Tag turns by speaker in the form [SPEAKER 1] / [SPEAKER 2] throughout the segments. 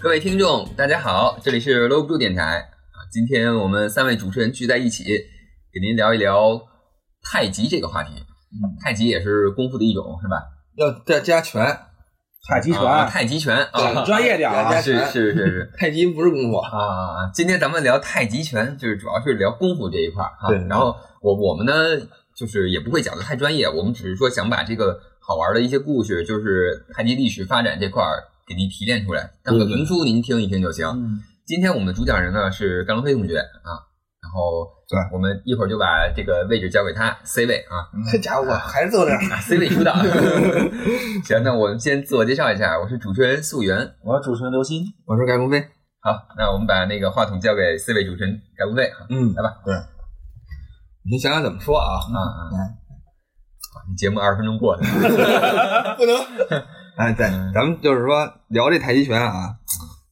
[SPEAKER 1] 各位听众，大家好，这里是搂不住电台啊。今天我们三位主持人聚在一起，给您聊一聊太极这个话题。
[SPEAKER 2] 嗯，
[SPEAKER 1] 太极也是功夫的一种，是吧？
[SPEAKER 3] 要加加拳，
[SPEAKER 2] 太极拳，
[SPEAKER 1] 啊太极拳啊，
[SPEAKER 2] 专业点儿
[SPEAKER 3] 对
[SPEAKER 2] 啊
[SPEAKER 3] 加，
[SPEAKER 1] 是
[SPEAKER 3] 拳
[SPEAKER 1] 是是是
[SPEAKER 3] 太极不是功夫，
[SPEAKER 1] 啊。今天咱们聊太极拳，就是主要是聊功夫这一块儿啊。
[SPEAKER 3] 对
[SPEAKER 1] 然后我我们呢，就是也不会讲的太专业，我们只是说想把这个好玩的一些故事，就是太极历史发展这块儿给您提炼出来，当个
[SPEAKER 3] 对对
[SPEAKER 1] 文书您听一听就行。
[SPEAKER 2] 嗯
[SPEAKER 1] 今天我们的主讲人呢是甘龙飞同学啊，然后
[SPEAKER 3] 对
[SPEAKER 1] 我们一会儿就把这个位置交给他 C 位啊
[SPEAKER 2] 嗯
[SPEAKER 3] 这家伙还是坐这儿。
[SPEAKER 1] 啊，C 位出道。 行，那我们先自我介绍一下，我是主持人素媛。
[SPEAKER 2] 我是主持人刘鑫，
[SPEAKER 3] 我说盖鹏飞，
[SPEAKER 1] 好，那我们把那个话筒交给 C 位主持人甘龙飞啊
[SPEAKER 3] 嗯
[SPEAKER 1] 来吧。
[SPEAKER 3] 对，你想想怎么说啊？
[SPEAKER 1] 啊啊！
[SPEAKER 2] 嗯
[SPEAKER 1] 好你节目二十分钟过了，
[SPEAKER 3] 不能。哎，对，咱们就是说聊这太极拳啊，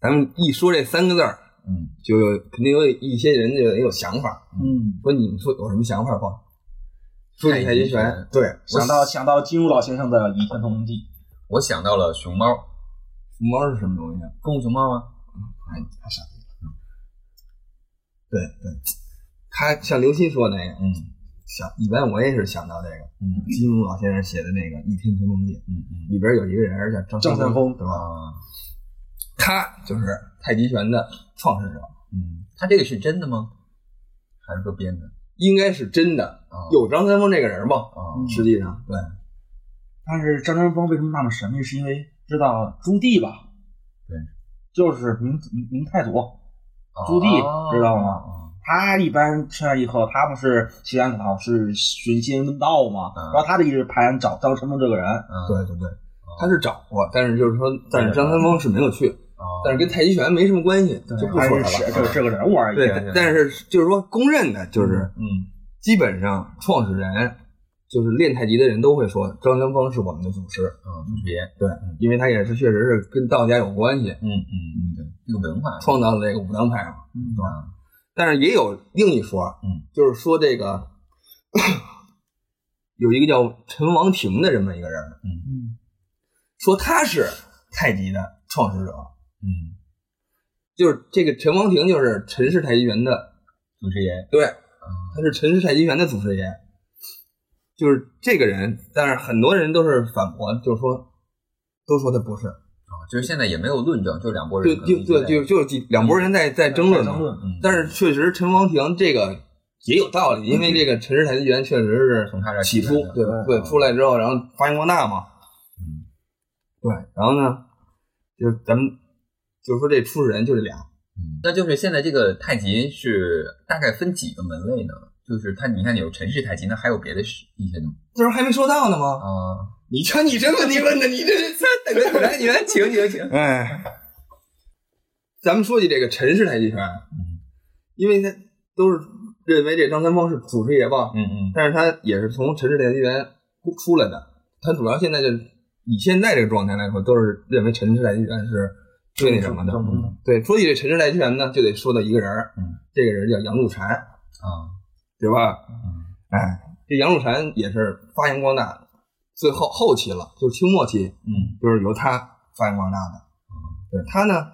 [SPEAKER 3] 咱们一说这三个字儿，
[SPEAKER 1] 嗯，
[SPEAKER 3] 就有肯定有一些人就也有想法，
[SPEAKER 2] 嗯，
[SPEAKER 3] 说你们说有什么想法不？说起
[SPEAKER 1] 太
[SPEAKER 3] 太
[SPEAKER 1] 极
[SPEAKER 3] 极
[SPEAKER 1] 拳
[SPEAKER 3] 拳，对，
[SPEAKER 2] 想到想到金庸老先生的《倚天屠龙记
[SPEAKER 1] 我想到了熊猫，
[SPEAKER 3] 猫是什么东西啊？
[SPEAKER 1] 功夫熊猫啊，
[SPEAKER 3] 哎太傻逼了。对对，他像刘鑫说那个，
[SPEAKER 1] 嗯
[SPEAKER 3] 想一般我也是想到这个
[SPEAKER 1] 嗯
[SPEAKER 3] 金庸老先生写的那个《倚天屠龙记》，
[SPEAKER 1] 嗯嗯
[SPEAKER 3] 里边有一个人叫张
[SPEAKER 2] 张三丰
[SPEAKER 3] 对吧？
[SPEAKER 1] 啊
[SPEAKER 3] 他就是太极拳的创始者，
[SPEAKER 1] 嗯，他这个是真的吗？还是说编的？
[SPEAKER 3] 应该是真的
[SPEAKER 1] 啊
[SPEAKER 3] 有张三丰这个人吗？
[SPEAKER 1] 啊
[SPEAKER 2] 嗯
[SPEAKER 3] 实际上，对，》，
[SPEAKER 2] 但是张三丰为什么那么神秘？是因为知道朱棣吧？
[SPEAKER 1] 对，
[SPEAKER 2] 就是明明明太祖，朱
[SPEAKER 1] 啊
[SPEAKER 2] 棣知道吗
[SPEAKER 1] 吗？
[SPEAKER 2] 他一般吃完以后，他不是西安老是寻仙问道嘛，
[SPEAKER 1] 嗯
[SPEAKER 2] 然后他就一直盘找张三丰这个人，
[SPEAKER 1] 嗯
[SPEAKER 3] 对对对，他是找过，但是就是说，但是张三丰是没有去，
[SPEAKER 1] 哦
[SPEAKER 3] 但是跟太极拳没什么关系，就不
[SPEAKER 2] 还
[SPEAKER 3] 说
[SPEAKER 2] 是是
[SPEAKER 3] 他
[SPEAKER 2] 这。
[SPEAKER 3] 了
[SPEAKER 2] 这个人物而已。啊
[SPEAKER 3] 对
[SPEAKER 1] 对对，
[SPEAKER 3] 但是就是说公认的就是。
[SPEAKER 1] 嗯
[SPEAKER 3] 基本上创始人就是练太极的人都会说张三丰是我们的祖师，
[SPEAKER 1] 嗯，不是别
[SPEAKER 3] 对
[SPEAKER 1] 嗯，
[SPEAKER 3] 因为他也是确实是跟道家有关系，
[SPEAKER 1] 嗯嗯嗯，对，这个文化
[SPEAKER 3] 创造了这个武当派嘛。
[SPEAKER 2] 嗯
[SPEAKER 1] 啊，
[SPEAKER 3] 但是也有另一说，
[SPEAKER 1] 嗯，
[SPEAKER 3] 就是说这个有一个叫陈王庭的这么一个人，
[SPEAKER 2] 嗯
[SPEAKER 3] 说他是太极的创始者，
[SPEAKER 1] 嗯，
[SPEAKER 3] 就是这个陈王庭就是陈氏太极拳的，
[SPEAKER 1] 祖师爷
[SPEAKER 3] 对，
[SPEAKER 1] 啊，
[SPEAKER 3] 他是陈氏太极拳的祖师爷，就是这个人，但是很多人都是反驳，就是说都说他不是。
[SPEAKER 1] 哦就是现在也没有论证，就两拨
[SPEAKER 3] 对，
[SPEAKER 1] 人可能
[SPEAKER 3] 就
[SPEAKER 1] 一直在，
[SPEAKER 3] 对，就就几两拨人在在争论
[SPEAKER 2] 争
[SPEAKER 3] 嘛。
[SPEAKER 2] 论，
[SPEAKER 1] 嗯，
[SPEAKER 3] 但是确实，陈王庭这个也有道理，因为这个陈氏太极拳确实是
[SPEAKER 1] 嗯从他这儿
[SPEAKER 3] 起初
[SPEAKER 1] 起来的
[SPEAKER 3] 对
[SPEAKER 2] 对
[SPEAKER 3] 对出来之后，然后发扬光大嘛。
[SPEAKER 1] 嗯
[SPEAKER 3] 对，然后呢，就是咱们就是说这出始人就这俩，
[SPEAKER 1] 嗯，那就是现在这个太极是大概分几个门类呢？就是它，你看有陈氏太极，那还有别的是一些东西
[SPEAKER 3] 这不是还没说到呢吗？
[SPEAKER 1] 啊？
[SPEAKER 3] 你瞧你这问题问的，你这。
[SPEAKER 1] 你来，你来，请请请
[SPEAKER 3] 哎，咱们说起这个陈氏太极拳，
[SPEAKER 1] 嗯
[SPEAKER 3] 因为他都是认为这张三丰是祖师爷吧，
[SPEAKER 1] 嗯嗯
[SPEAKER 3] 但是他也是从陈氏太极拳出来的。他主要现在就以现在这个状态来说，都是认为陈氏太极拳是最那什么的。
[SPEAKER 2] 正宗的
[SPEAKER 3] 对，说起这陈氏太极拳呢，就得说到一个人儿，
[SPEAKER 1] 嗯
[SPEAKER 3] 这个人叫杨露禅，
[SPEAKER 1] 啊，
[SPEAKER 3] 对吧？
[SPEAKER 1] 嗯
[SPEAKER 3] 哎，这杨露禅也是发扬光大，最后后期了，就是清末期，
[SPEAKER 1] 嗯
[SPEAKER 3] 就是由他发扬光大的。对他呢，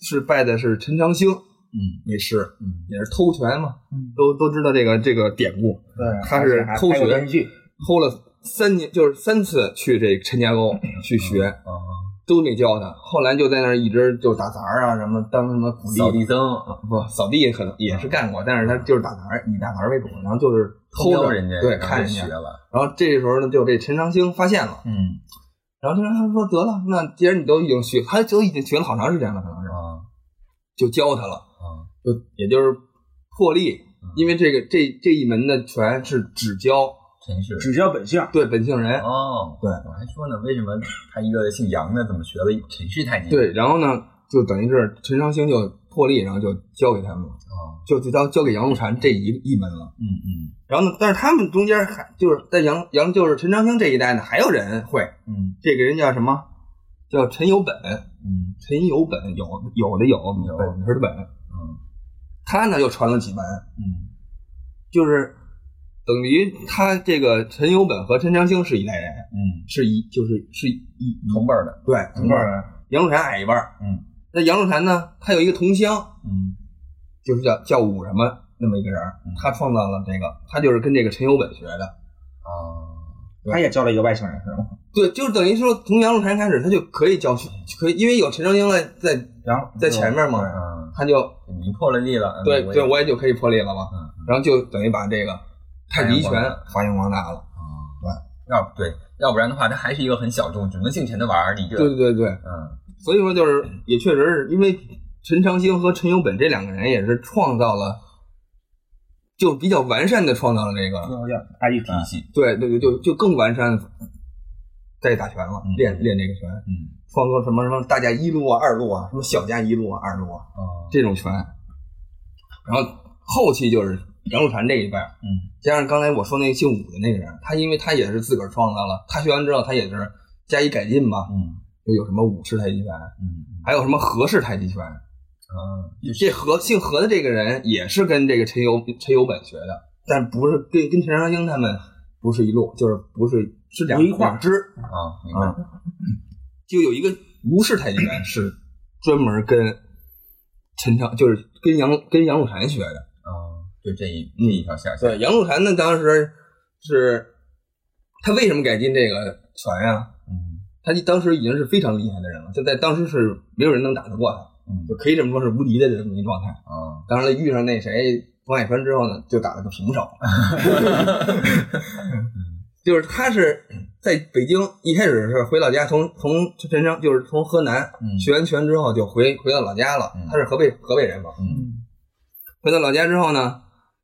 [SPEAKER 3] 是拜的是陈长兴
[SPEAKER 1] 嗯
[SPEAKER 3] 为师，
[SPEAKER 1] 嗯
[SPEAKER 3] 也是偷拳嘛，
[SPEAKER 2] 嗯，
[SPEAKER 3] 都都知道这个这个典故。
[SPEAKER 2] 对，
[SPEAKER 3] 他是
[SPEAKER 2] 还
[SPEAKER 3] 偷
[SPEAKER 2] 还有
[SPEAKER 3] 学
[SPEAKER 2] 电视剧，
[SPEAKER 3] 偷了三年，就是三次去这陈家沟去学，
[SPEAKER 1] 啊，
[SPEAKER 3] 都没教他。后来就在那儿一直就打杂儿啊，什么当什么苦
[SPEAKER 1] 扫
[SPEAKER 3] 力，
[SPEAKER 1] 地僧
[SPEAKER 3] 不扫地可能也是干过，但是他就是打杂儿，以打杂儿为主，然后就是偷
[SPEAKER 1] 瞄
[SPEAKER 3] 着
[SPEAKER 1] 人家，
[SPEAKER 3] 对，
[SPEAKER 1] 然后
[SPEAKER 3] 看人
[SPEAKER 1] 学
[SPEAKER 3] 家。
[SPEAKER 1] 了，
[SPEAKER 3] 然后这时候呢，就这陈长兴发现了，
[SPEAKER 1] 嗯
[SPEAKER 3] 然后陈长兴说：“得了，那既然你都已经学，他都已经学了好长时间了，可能是
[SPEAKER 1] 啊
[SPEAKER 3] 就教他了，
[SPEAKER 1] 啊，
[SPEAKER 3] 就也就是破例
[SPEAKER 1] 嗯，
[SPEAKER 3] 因为这个这这一门的拳是只教
[SPEAKER 1] 陈氏
[SPEAKER 2] 只教本性，
[SPEAKER 3] 对本性人，
[SPEAKER 1] 哦，
[SPEAKER 3] 对
[SPEAKER 1] 我还说呢，为什么他一个姓杨的怎么学了陈氏太极？
[SPEAKER 3] 对，然后呢，就等于是陈长兴就破例，然后就交给他们了，
[SPEAKER 1] 哦，
[SPEAKER 3] 就就交交给杨露禅这一一门了。
[SPEAKER 1] 嗯嗯
[SPEAKER 3] 然后呢，但是他们中间还就是在杨杨就是陈长兴这一代呢，还有人会，
[SPEAKER 1] 嗯
[SPEAKER 3] 这个人叫什么？叫陈有本，
[SPEAKER 1] 嗯
[SPEAKER 3] 陈有本有有的有，
[SPEAKER 1] 有
[SPEAKER 3] 本是的本。
[SPEAKER 1] 嗯
[SPEAKER 3] 他呢又传了几门，
[SPEAKER 1] 嗯
[SPEAKER 3] 就是等于他这个陈有本和陈长兴是一代人，
[SPEAKER 1] 嗯，
[SPEAKER 3] 是一就是是一
[SPEAKER 1] 同辈儿的，
[SPEAKER 3] 对
[SPEAKER 2] 整个人
[SPEAKER 3] 杨露禅矮一辈儿，
[SPEAKER 1] 嗯，
[SPEAKER 3] 那杨露禅呢，他有一个同乡，
[SPEAKER 1] 嗯
[SPEAKER 3] 就是叫叫武什么那么一个人儿
[SPEAKER 1] 嗯，
[SPEAKER 3] 他创造了这个，他就是跟这个陈友本学的。
[SPEAKER 1] 啊，
[SPEAKER 2] 他也交了一个外星人是吗？
[SPEAKER 3] 对，就是等于说从杨露禅开始，他就可以教学，可以，因为有陈正英在在，
[SPEAKER 2] 然后
[SPEAKER 3] 在前面嘛
[SPEAKER 1] 嗯啊，
[SPEAKER 3] 他就
[SPEAKER 1] 你破了例了，嗯
[SPEAKER 3] 对
[SPEAKER 1] 我也
[SPEAKER 3] 对，我也就可以破例了嘛。
[SPEAKER 1] 嗯嗯
[SPEAKER 3] 然后就等于把这个太极拳
[SPEAKER 1] 发扬光
[SPEAKER 3] 发扬光大了。
[SPEAKER 1] 啊，要不对，要不然的话，它还是一个很小众，只能尽情的玩儿你这，
[SPEAKER 3] 对对对，
[SPEAKER 1] 嗯
[SPEAKER 3] 所以说就是也确实是因为陈长兴和陈友本这两个人也是创造了，就比较完善的创造了这个，
[SPEAKER 2] 就要爱一体
[SPEAKER 1] 体系，
[SPEAKER 3] 对对对，就就更完善地在打拳了
[SPEAKER 1] 嗯，
[SPEAKER 3] 练练这个拳，
[SPEAKER 1] 嗯
[SPEAKER 3] 创作什么什么大家一路啊、二路啊、什么小家一路啊、二路啊
[SPEAKER 1] 哦
[SPEAKER 3] 这种拳，然后后期就是杨露禅这一辈儿，
[SPEAKER 1] 嗯
[SPEAKER 3] 加上刚才我说那个姓武的那个人，他因为他也是自个儿创造了，他学完之后他也是加以改进嘛，
[SPEAKER 1] 嗯
[SPEAKER 3] 就有什么武式太极拳，
[SPEAKER 1] 嗯嗯
[SPEAKER 3] 还有什么何氏太极拳。
[SPEAKER 1] 啊，
[SPEAKER 3] 这何姓何的这个人也是跟这个陈友陈友本学的，但不是跟跟陈长兴他们不是一路，就是不是是两
[SPEAKER 2] 不一块儿
[SPEAKER 3] 两支
[SPEAKER 1] 啊，明白
[SPEAKER 3] 啊，。就有一个吴氏太极 拳是专门跟陈长，就是跟杨跟杨露禅学的。
[SPEAKER 1] 啊，就这一这一条下线，
[SPEAKER 3] 对，杨露禅呢，当时是他为什么改进这个拳呀、
[SPEAKER 1] 嗯
[SPEAKER 3] 他当时已经是非常厉害的人了，就在当时是没有人能打得过他，
[SPEAKER 1] 嗯
[SPEAKER 3] 就可以这么说是无敌的这么一状态。
[SPEAKER 1] 啊，
[SPEAKER 3] 当然了，遇上那谁王海川之后呢，就打了个平手。就是他是在北京一开始是回老家，从从陈昌就是从河南
[SPEAKER 1] 嗯
[SPEAKER 3] 学完拳之后就回回到老家了
[SPEAKER 1] 嗯。
[SPEAKER 3] 他是河北河北人嘛，
[SPEAKER 1] 嗯
[SPEAKER 3] 回到老家之后呢，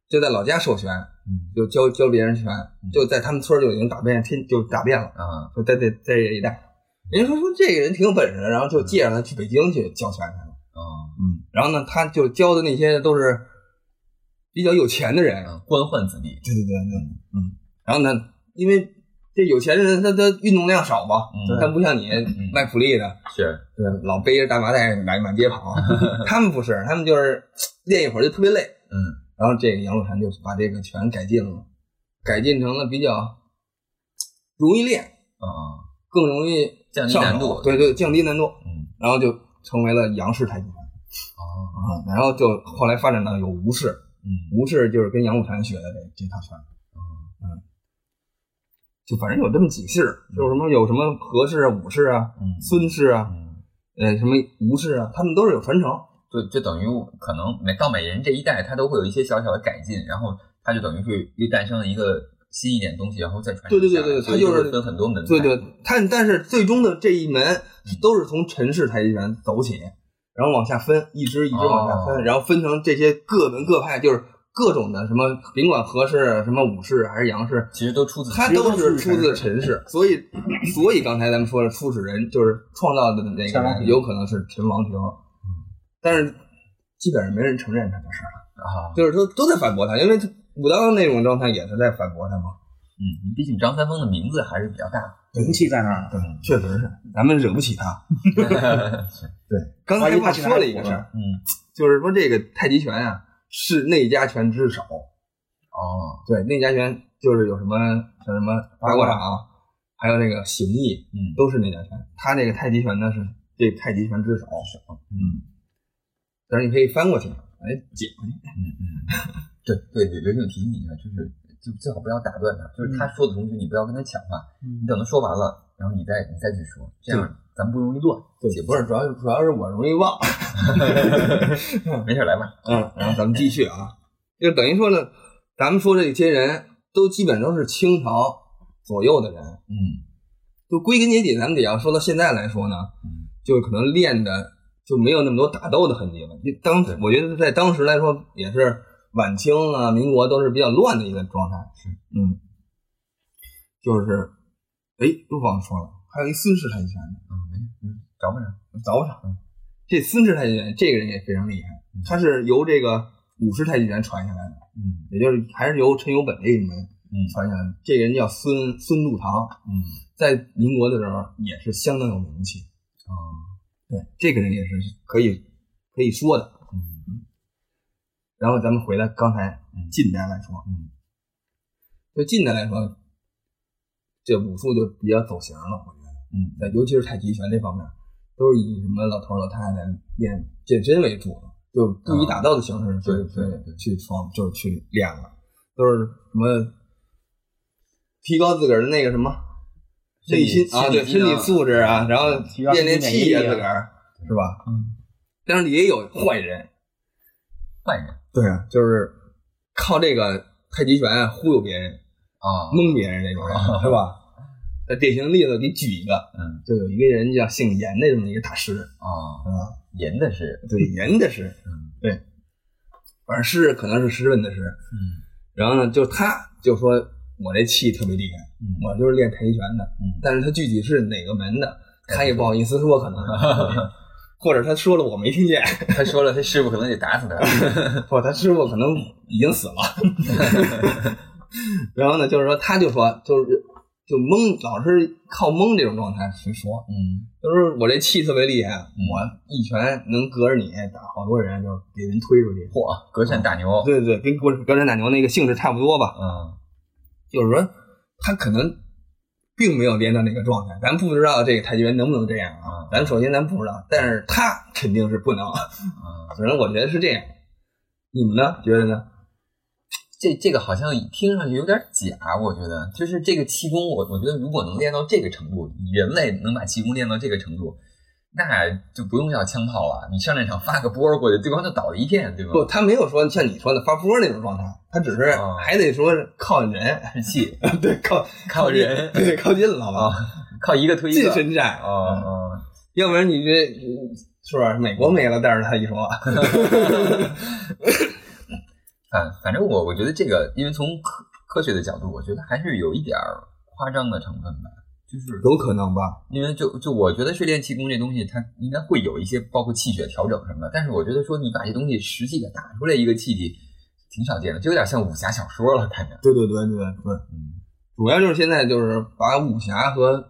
[SPEAKER 3] 就在老家授权，
[SPEAKER 1] 嗯
[SPEAKER 3] 就教教别人拳，就在他们村儿就已经打遍天就打遍了，
[SPEAKER 1] 啊
[SPEAKER 3] 就在这在这一带。人家说说这个人挺有本事的，然后就介绍他去北京去教拳去了。
[SPEAKER 1] 啊
[SPEAKER 3] 嗯，然后呢，他就教的那些都是比较有钱的人，
[SPEAKER 1] 啊，官宦子弟，
[SPEAKER 3] 对对对对，嗯，然后呢，因为这有钱人他他运动量少嘛，
[SPEAKER 1] 嗯
[SPEAKER 3] 他不像你卖普利的，
[SPEAKER 1] 是
[SPEAKER 3] 对，老背着大麻袋满满街跑，他们不是，他们就是练一会儿就特别累，
[SPEAKER 1] 嗯
[SPEAKER 3] 然后这个杨露禅就把这个拳改进了，改进成了比较容易练，
[SPEAKER 1] 啊，
[SPEAKER 3] 更容易
[SPEAKER 1] 降低
[SPEAKER 3] 上手
[SPEAKER 1] 难度
[SPEAKER 3] 对对，降低难度，
[SPEAKER 1] 嗯
[SPEAKER 3] 然后就成为了杨氏太极拳
[SPEAKER 1] 啊
[SPEAKER 3] 啊，然后就后来发展到有吴氏，
[SPEAKER 1] 嗯
[SPEAKER 3] 吴氏就是跟杨露禅学的这这套拳。
[SPEAKER 1] 嗯
[SPEAKER 3] 就反正有这么几式，就是什么有什么何氏啊、武氏啊、
[SPEAKER 1] 嗯
[SPEAKER 3] 孙氏啊、
[SPEAKER 1] 嗯。
[SPEAKER 3] 呃什么吴氏啊，他们都是有传承。
[SPEAKER 1] 就就等于可能每到每人这一代，他都会有一些小小的改进，然后他就等于是又诞生了一个新一点东西，然后再传
[SPEAKER 3] 对对对
[SPEAKER 1] 下来
[SPEAKER 3] 对，
[SPEAKER 1] 所
[SPEAKER 3] 他
[SPEAKER 1] 以
[SPEAKER 3] 就是
[SPEAKER 1] 是分很多门派，
[SPEAKER 3] 对对，他但是最终的这一门都是从陈氏太极拳走起，然后往下分，一支一支往下分，
[SPEAKER 1] 哦
[SPEAKER 3] 然后分成这些各门各派，就是各种的什么，甭管何氏啊、什么武氏还是杨氏，
[SPEAKER 1] 其实都出自
[SPEAKER 3] 它都是出自陈氏，所以所以刚才咱们说了，初始人就是创造的那个
[SPEAKER 2] 陈王
[SPEAKER 3] 人，
[SPEAKER 2] 庭
[SPEAKER 3] 有可能是陈王庭，但是基本上没人承认他的事儿，
[SPEAKER 1] 啊，
[SPEAKER 3] 就是说都在反驳他，因为他武当那种状态也是在反驳他嘛。
[SPEAKER 1] 嗯，毕竟张三丰的名字还是比较 大，
[SPEAKER 2] 名嗯气在那儿。
[SPEAKER 3] 对，确实是，咱们惹不起他。对，刚才忘说了一个事儿，
[SPEAKER 1] 嗯，
[SPEAKER 3] 就是说这个太极拳啊是内家拳之首，
[SPEAKER 1] 哦，
[SPEAKER 3] 对，内家拳就是有什么像什么八卦掌，还有那个形意。
[SPEAKER 1] 嗯，
[SPEAKER 3] 都是内家拳。他这个太极拳呢是这太极拳之首，
[SPEAKER 1] 嗯
[SPEAKER 3] 但是你可以翻过去，哎，解过去。
[SPEAKER 1] 嗯嗯，对对对，刘静提醒你一下，就是就最好不要打断他，就是
[SPEAKER 3] 嗯
[SPEAKER 1] 他说的同时，你不要跟他抢话，你等他说完了，然后你再你再去说，这样咱们不容易乱，
[SPEAKER 3] 对，不是，主要是主要是我容易忘。
[SPEAKER 1] 没事来吧，
[SPEAKER 3] 嗯，然后咱们继续啊，就等于说呢，咱们说这些人都基本都是清朝左右的人，
[SPEAKER 1] 嗯
[SPEAKER 3] 就归根结底，咱们得要说到现在来说呢，
[SPEAKER 1] 嗯
[SPEAKER 3] 就可能练的就没有那么多打斗的痕迹了。就当
[SPEAKER 1] 对
[SPEAKER 3] 我觉得在当时来说，也是晚清啊、民国都是比较乱的一个状态。
[SPEAKER 1] 是，
[SPEAKER 3] 嗯，就是，哎，又忘了说了，还有一孙氏太极拳的，
[SPEAKER 1] 啊没事，嗯找不着，
[SPEAKER 3] 找找
[SPEAKER 1] 嗯。
[SPEAKER 3] 这孙氏太极拳这个人也非常厉害
[SPEAKER 1] 嗯，
[SPEAKER 3] 他是由这个武氏太极拳传下来的，
[SPEAKER 1] 嗯
[SPEAKER 3] 也就是还是由陈友本这一门
[SPEAKER 1] 嗯
[SPEAKER 3] 传下来的。这个人叫孙孙度堂，
[SPEAKER 1] 嗯
[SPEAKER 3] 在民国的时候也是相当有名气。
[SPEAKER 1] 啊。
[SPEAKER 3] 对，这个人也是可以可以说的。
[SPEAKER 1] 嗯
[SPEAKER 3] 然后咱们回来刚才
[SPEAKER 1] 嗯
[SPEAKER 3] 近代来说，
[SPEAKER 1] 嗯
[SPEAKER 3] 就近代来说，这武术就比较走形了，我觉得，
[SPEAKER 1] 嗯
[SPEAKER 3] 在尤其是太极拳这方面，都是以什么老头儿老太太练健身为主，就不以打造的形式去、
[SPEAKER 1] 对对对
[SPEAKER 3] 去创，就是去练了，都是什么提高自个儿的那个什么
[SPEAKER 1] 身
[SPEAKER 3] 内
[SPEAKER 1] 体
[SPEAKER 3] 心啊，
[SPEAKER 1] 身体
[SPEAKER 3] 对
[SPEAKER 1] 机
[SPEAKER 3] 身
[SPEAKER 1] 能
[SPEAKER 3] 体素质啊，然后
[SPEAKER 2] 提高
[SPEAKER 3] 练练
[SPEAKER 2] 身体
[SPEAKER 3] 气
[SPEAKER 2] 免疫力
[SPEAKER 3] 啊，
[SPEAKER 2] 啊
[SPEAKER 3] 自个儿是吧？
[SPEAKER 2] 嗯，
[SPEAKER 3] 但是也有坏人，
[SPEAKER 1] 坏人
[SPEAKER 3] 对啊，就是靠这个太极拳忽悠别人、
[SPEAKER 1] 啊，
[SPEAKER 3] 蒙别人那种人，是吧？那典型例子给举一个，
[SPEAKER 1] 嗯
[SPEAKER 3] 就有一个人叫姓严的这么一个大师，
[SPEAKER 1] 啊
[SPEAKER 3] 啊，
[SPEAKER 1] 严的是，
[SPEAKER 3] 对，严的师，
[SPEAKER 1] 嗯
[SPEAKER 3] 对，反正师可能是师问的师，
[SPEAKER 1] 嗯
[SPEAKER 3] 然后呢，就他就说我这气特别厉害，
[SPEAKER 1] 嗯
[SPEAKER 3] 我就是练太极拳的，
[SPEAKER 1] 嗯
[SPEAKER 3] 但是他具体是哪个门的，他也不好意思说，可能， 或者他说了我没听见，
[SPEAKER 1] 他说了，他师傅可能得打死他。
[SPEAKER 3] 不，他师傅可能已经死了。 然后呢，就是说，他就说，就是就蒙，老是靠蒙这种状态去说，
[SPEAKER 1] 嗯
[SPEAKER 3] 就是我这气特别厉害，我一拳能隔着你打好多人，就给人推出去。
[SPEAKER 1] 嚯，隔山打牛。
[SPEAKER 3] 对对，跟隔隔山打牛那个性质差不多吧。
[SPEAKER 1] 嗯
[SPEAKER 3] 就是说，他可能并没有练到那个状态，咱不知道这个太极拳能不能这样
[SPEAKER 1] 嗯？
[SPEAKER 3] 啊咱首先咱不知道，但是他肯定是不能。
[SPEAKER 1] 嗯，
[SPEAKER 3] 反正我觉得是这样，你们呢？觉得呢？
[SPEAKER 1] 这这个好像听上去有点假，我觉得就是这个气功，我我觉得如果能练到这个程度，人类能把气功练到这个程度，那就不用要枪炮了，你上战场发个波儿过去，对方就倒了一片，对吧？
[SPEAKER 3] 不，他没有说像你说的发波那种状态，他只是
[SPEAKER 1] 啊
[SPEAKER 3] 还得说是靠人，
[SPEAKER 1] 是气，
[SPEAKER 3] 对， 靠
[SPEAKER 1] 靠人
[SPEAKER 3] 对，靠近了
[SPEAKER 1] 啊
[SPEAKER 3] 嘛，，
[SPEAKER 1] 靠一个推一
[SPEAKER 3] 近
[SPEAKER 1] 个。
[SPEAKER 3] 身战
[SPEAKER 1] 啊，啊！
[SPEAKER 3] 要不然你这嗯是不是美国没了？但是他一说，
[SPEAKER 1] 反反正我我觉得这个，因为从科科学的角度，我觉得还是有一点儿夸张的成分吧。就是
[SPEAKER 3] 有可能吧？
[SPEAKER 1] 因为就就我觉得是练气功这东西，它应该会有一些包括气血调整什么的。但是我觉得说你把这东西实际的打出来一个气体，挺少见的，就有点像武侠小说了，看着。
[SPEAKER 3] 对对对对对，
[SPEAKER 1] 嗯，
[SPEAKER 3] 主要就是现在就是把武侠和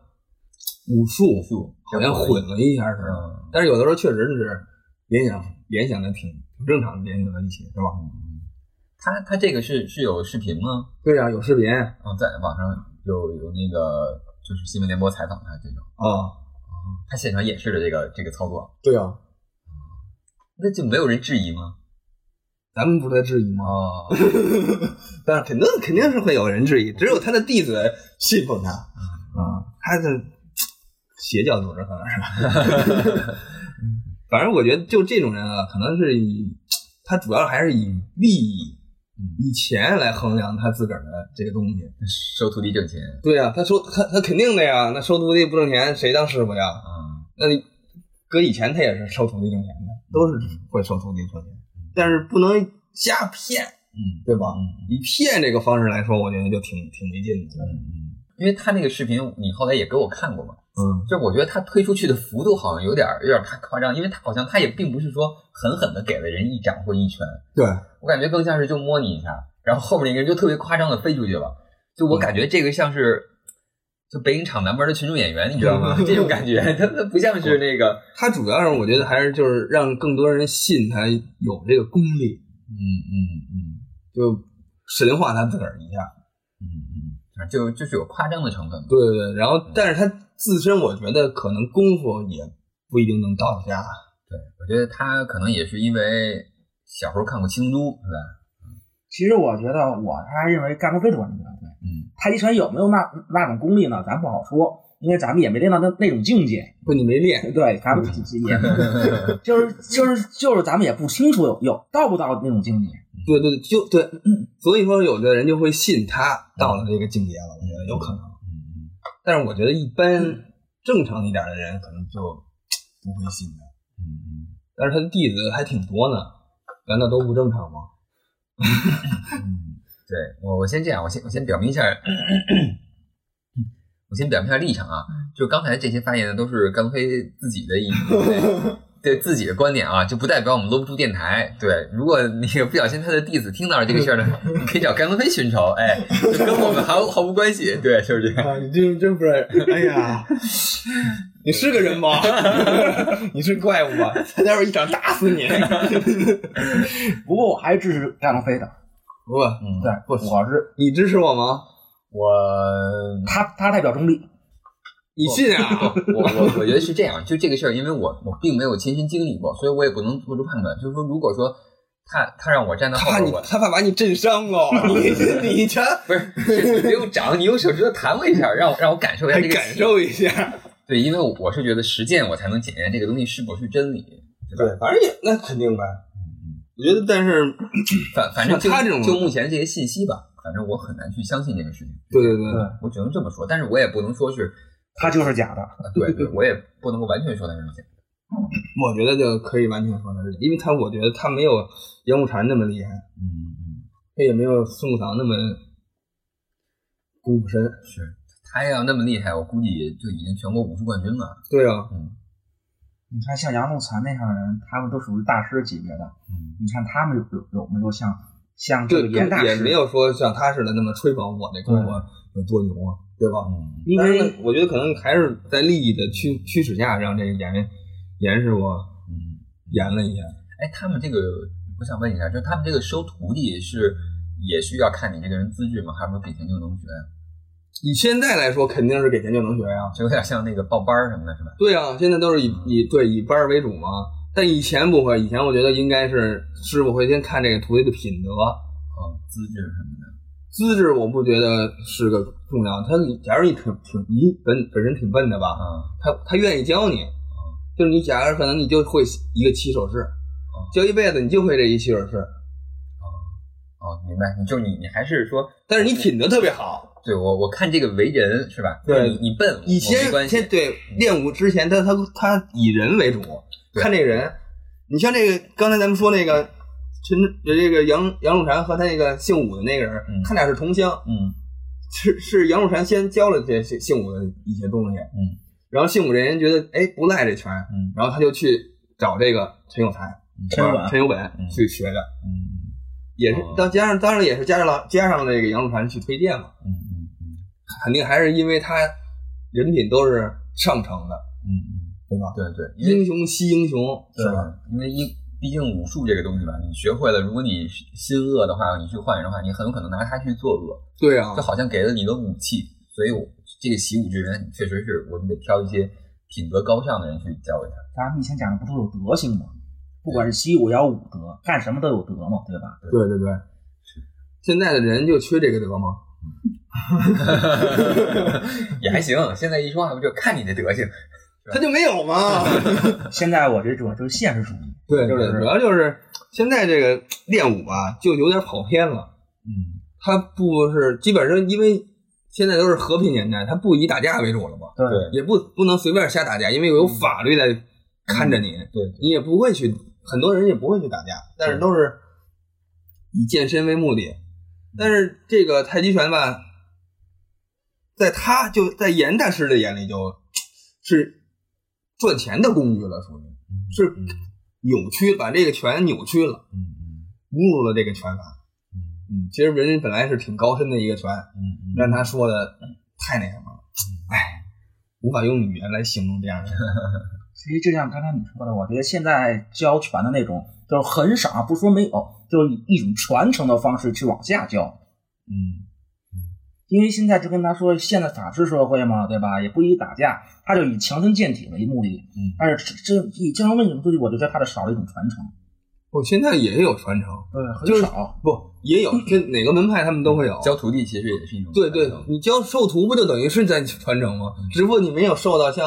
[SPEAKER 3] 武术
[SPEAKER 1] 术
[SPEAKER 3] 好像混了一下似的，
[SPEAKER 1] 嗯
[SPEAKER 3] 但是有的时候确实是联想联想的挺挺正常的，联想到一起是吧？
[SPEAKER 1] 嗯，他他这个是是有视频吗？
[SPEAKER 3] 对呀、有视频啊、
[SPEAKER 1] 啊，在网上有有那个就是新闻联播采访他这种，他现场演示的这个这个操作，
[SPEAKER 3] 对啊呀、
[SPEAKER 1] 那就没有人质疑吗？
[SPEAKER 3] 咱们不是在质疑吗？
[SPEAKER 1] 哦，
[SPEAKER 3] 但是肯定肯定是会有人质疑，只有他的弟子信奉他啊，他的邪教组织可能是。 反正我觉得就这种人啊，可能是以他主要还是以利益、
[SPEAKER 1] 嗯，
[SPEAKER 3] 以钱来衡量他自个儿的这个东西。
[SPEAKER 1] 收徒弟挣钱
[SPEAKER 3] 对啊，他收他他肯定的呀，那收徒弟不挣钱，谁当师傅呀？
[SPEAKER 1] 啊，
[SPEAKER 3] 那你搁以前他也是收徒弟挣钱的，都是会收徒弟挣钱，但是不能瞎骗，
[SPEAKER 1] 嗯，
[SPEAKER 3] 对吧？
[SPEAKER 1] 嗯
[SPEAKER 3] 以骗这个方式来说，我觉得就挺挺没劲的。
[SPEAKER 1] 嗯嗯，因为他那个视频，你后来也给我看过嘛，
[SPEAKER 3] 嗯，
[SPEAKER 1] 就是我觉得他推出去的幅度好像有点有点太夸张，因为他好像他也并不是说狠狠的给了人一掌或一拳，
[SPEAKER 3] 对，
[SPEAKER 1] 我感觉更像是就摸你一下，然后后面那个人就特别夸张的飞出去了，就我感觉这个像是。就北影厂南门的群众演员，你知道吗？ 这种感觉，他他不像是那个，
[SPEAKER 3] 他主要是我觉得还是就是让更多人信他有这个功力，
[SPEAKER 1] 嗯嗯嗯
[SPEAKER 3] 就神化他自个儿一下。
[SPEAKER 1] 嗯嗯，反正就就是有夸张的成分嘛。
[SPEAKER 3] 对对对，然后但是他自身，我觉得可能功夫也不一定能到家。
[SPEAKER 1] 对，我觉得他可能也是因为小时候看过《七龙珠》，是吧？
[SPEAKER 2] 其实我觉得我还认为干的最多的一个对
[SPEAKER 1] 嗯
[SPEAKER 2] 太极拳有没有那那种功力呢？咱不好说，因为咱们也没练到那那种境界。
[SPEAKER 3] 不，你没练，
[SPEAKER 2] 对，咱们也 就是就是就是咱们也不清楚有有到不到那种境界。
[SPEAKER 3] 对对对，就 对，所以说有的人就会信他到了这个境界了，我觉得有可能。
[SPEAKER 1] 嗯
[SPEAKER 3] 但是我觉得一般正常一点的人可能就不会信的。
[SPEAKER 1] 嗯嗯
[SPEAKER 3] 但是他的弟子还挺多呢，难道都不正常吗？
[SPEAKER 1] 嗯，对我我先这样，我先我先表明一下， 我先表明一下立场啊，就刚才这些发言呢，都是甘飞自己的一对对自己的观点啊，就不代表我们搂不住电台。对，如果那个不小心他的弟子听到了这个事儿呢，你可以找甘飞寻仇，哎，就跟我们毫毫无关系。对，就是这样。
[SPEAKER 3] 啊，你这真不是，哎呀，你是个人吗？ 你是怪物吗？他待会儿一掌打死你！
[SPEAKER 2] 不过我还是支持干龙飞的。
[SPEAKER 3] 不，
[SPEAKER 1] 嗯，
[SPEAKER 2] 对，我是
[SPEAKER 3] 你支持我吗？
[SPEAKER 1] 我
[SPEAKER 2] 他他代表中立，
[SPEAKER 3] 你信啊？
[SPEAKER 1] 我我我觉得是这样，就这个事儿，因为我我并没有亲身经历过，所以我也不能做出判断。就是说，如果说他他让我站到后
[SPEAKER 3] 他怕
[SPEAKER 1] 边，
[SPEAKER 3] 你
[SPEAKER 1] 我
[SPEAKER 3] 他怕把你震伤 哦，你你全
[SPEAKER 1] 不是你不用掌，你用手指头弹我一下，让我让我感受一下
[SPEAKER 3] 还
[SPEAKER 1] 这个
[SPEAKER 3] 感
[SPEAKER 1] 气。
[SPEAKER 3] 受一下。
[SPEAKER 1] 对，因为我是觉得实践我才能检验这个东西是否是真理，对吧？
[SPEAKER 3] 对，反正也那肯定呗。嗯我觉得，但是
[SPEAKER 1] 反反正就
[SPEAKER 3] 像他这种
[SPEAKER 1] 就目前这些信息吧，反正我很难去相信这个事情，
[SPEAKER 3] 对对对，
[SPEAKER 1] 我只能这么说。但是我也不能说是，
[SPEAKER 2] 他就是假的，
[SPEAKER 1] 呃对对，我也不能够完全说它是假的。
[SPEAKER 3] 我觉得就可以完全说他是，因为他我觉得他没有杨慕婵那么厉害，
[SPEAKER 1] 嗯嗯，
[SPEAKER 3] 他也没有孙悟堂那么功夫深。
[SPEAKER 1] 是他要那么厉害，我估计就已经全国武术冠军了。
[SPEAKER 3] 对啊，
[SPEAKER 1] 嗯
[SPEAKER 2] 你看像杨慕婵那样的人，他们都属于大师级别的，
[SPEAKER 1] 嗯，
[SPEAKER 2] 你看他们有有有没有像像这
[SPEAKER 3] 就
[SPEAKER 2] 个严大
[SPEAKER 3] 也
[SPEAKER 2] 师
[SPEAKER 3] 没，有说像他似的那么吹捧我那功夫有多牛啊，对吧？
[SPEAKER 1] 嗯
[SPEAKER 2] 因
[SPEAKER 3] 但是
[SPEAKER 2] 为
[SPEAKER 3] 呢我觉得可能还是在利益的驱驱使下，让这个演员严师傅
[SPEAKER 1] 嗯，
[SPEAKER 3] 演了一下。
[SPEAKER 1] 哎，他们这个，我想问一下，就是他们这个收徒弟是也需要看你这个人资质吗？还是说给钱就能学？
[SPEAKER 3] 以现在来说，肯定是给钱就能学呀、
[SPEAKER 1] 就有点像那个报班儿什么的，是吧？
[SPEAKER 3] 对啊，现在都是
[SPEAKER 2] 嗯
[SPEAKER 3] 以以对以班儿为主嘛。但以前不会，以前我觉得应该是师傅会先看这个徒弟的品德、
[SPEAKER 1] 哦，资质什么的。
[SPEAKER 3] 资质，我不觉得是个重要。他假如你挺挺你本本身挺笨的吧，
[SPEAKER 1] 啊，
[SPEAKER 3] 他他愿意教你，就是你假如可能你就会一个起手式，教一辈子你就会这一起手式，
[SPEAKER 1] 哦，明白。你就你你还是说，
[SPEAKER 3] 但是你品德特别好，
[SPEAKER 1] 对我我看这个为人是吧？
[SPEAKER 3] 对
[SPEAKER 1] 你你笨，我没
[SPEAKER 3] 以前
[SPEAKER 1] 关系
[SPEAKER 3] 先。对练武之前，他他他以人为主，
[SPEAKER 1] 对
[SPEAKER 3] 看这个人。你像这个刚才咱们说那个陈这个杨杨露禅和他那个姓武的那个人，
[SPEAKER 1] 嗯
[SPEAKER 3] 他俩是同乡，
[SPEAKER 1] 嗯
[SPEAKER 3] 是是杨露禅先教了这些姓武的一些东西，
[SPEAKER 1] 嗯
[SPEAKER 3] 然后姓武这人觉得哎不赖这拳，
[SPEAKER 1] 嗯
[SPEAKER 3] 然后他就去找这个陈有才、
[SPEAKER 1] 嗯
[SPEAKER 2] 陈有本
[SPEAKER 3] 陈有本
[SPEAKER 1] 嗯
[SPEAKER 3] 去学的，
[SPEAKER 1] 嗯
[SPEAKER 3] 也是
[SPEAKER 1] 哦
[SPEAKER 3] 当加上当然也是加上了加上了这个杨露禅去推荐嘛，
[SPEAKER 1] 嗯嗯嗯
[SPEAKER 3] 肯定还是因为他人品都是上乘的，
[SPEAKER 1] 嗯嗯，
[SPEAKER 3] 对吧？
[SPEAKER 1] 对对，因为
[SPEAKER 3] 英雄惜英雄，
[SPEAKER 1] 对
[SPEAKER 3] 是吧？，
[SPEAKER 1] 因为一毕竟武术这个东西吧，你学会了，如果你心恶的话，你去换人的话，你很有可能拿它去作恶，
[SPEAKER 3] 对啊
[SPEAKER 1] 就，好像给了你一个武器。所以我这个习武之人，确实是我们得挑一些品德高尚的人去教给他。
[SPEAKER 2] 咱们以前讲的不都有德行吗？不管是习武要有武德，干什么都有德嘛，对吧？
[SPEAKER 3] 对对对，现在的人就缺这个德吗？
[SPEAKER 1] 也还行，现在一说话不就看你的德行。
[SPEAKER 3] 他就没有嘛。
[SPEAKER 2] 现在我觉得主要就是现实主义，
[SPEAKER 3] 对
[SPEAKER 2] 就
[SPEAKER 3] 对，
[SPEAKER 2] 是
[SPEAKER 3] 主要就是现在这个练武吧，就有点跑偏了。
[SPEAKER 1] 嗯，
[SPEAKER 3] 他不是基本上因为现在都是和平年代，他不以打架为主了嘛，
[SPEAKER 2] 对
[SPEAKER 1] 对
[SPEAKER 3] 也不不能随便瞎打架，因为有法律在看着你，
[SPEAKER 1] 对，
[SPEAKER 3] 你也不会去，很多人也不会去打架，但是都是以健身为目的。但是这个太极拳吧，在他就在严大师的眼里就是赚钱的工具了，属于是
[SPEAKER 1] 嗯
[SPEAKER 3] 扭曲，把这个拳扭曲了，
[SPEAKER 1] 嗯嗯
[SPEAKER 3] 侮辱了这个拳法。
[SPEAKER 1] 嗯
[SPEAKER 3] 嗯，其实人家本来是挺高深的一个拳，
[SPEAKER 1] 嗯
[SPEAKER 3] 让他说的太那什么了，哎，无法用语言来形容这样的人。
[SPEAKER 2] 其实就像刚才你说的，我觉得现在教拳的那种，就是很少，不说没有，就是以一种传承的方式去往下教。
[SPEAKER 1] 嗯
[SPEAKER 2] 因为现在就跟他说，现在法治社会嘛，对吧？也不以打架，他就以强身健体为目的。
[SPEAKER 1] 嗯
[SPEAKER 2] 但是这这以健康为目的，我就觉得他的少了一种传承，
[SPEAKER 3] 我现在也有传承，
[SPEAKER 2] 对，
[SPEAKER 3] 就是
[SPEAKER 2] 很少。
[SPEAKER 3] 不也有，这哪个门派他们都会有。
[SPEAKER 1] 教徒弟其实也是一种
[SPEAKER 3] 对对
[SPEAKER 1] 嗯传，承
[SPEAKER 3] 你教授徒不就等于是在传承吗？只不过你没有受到像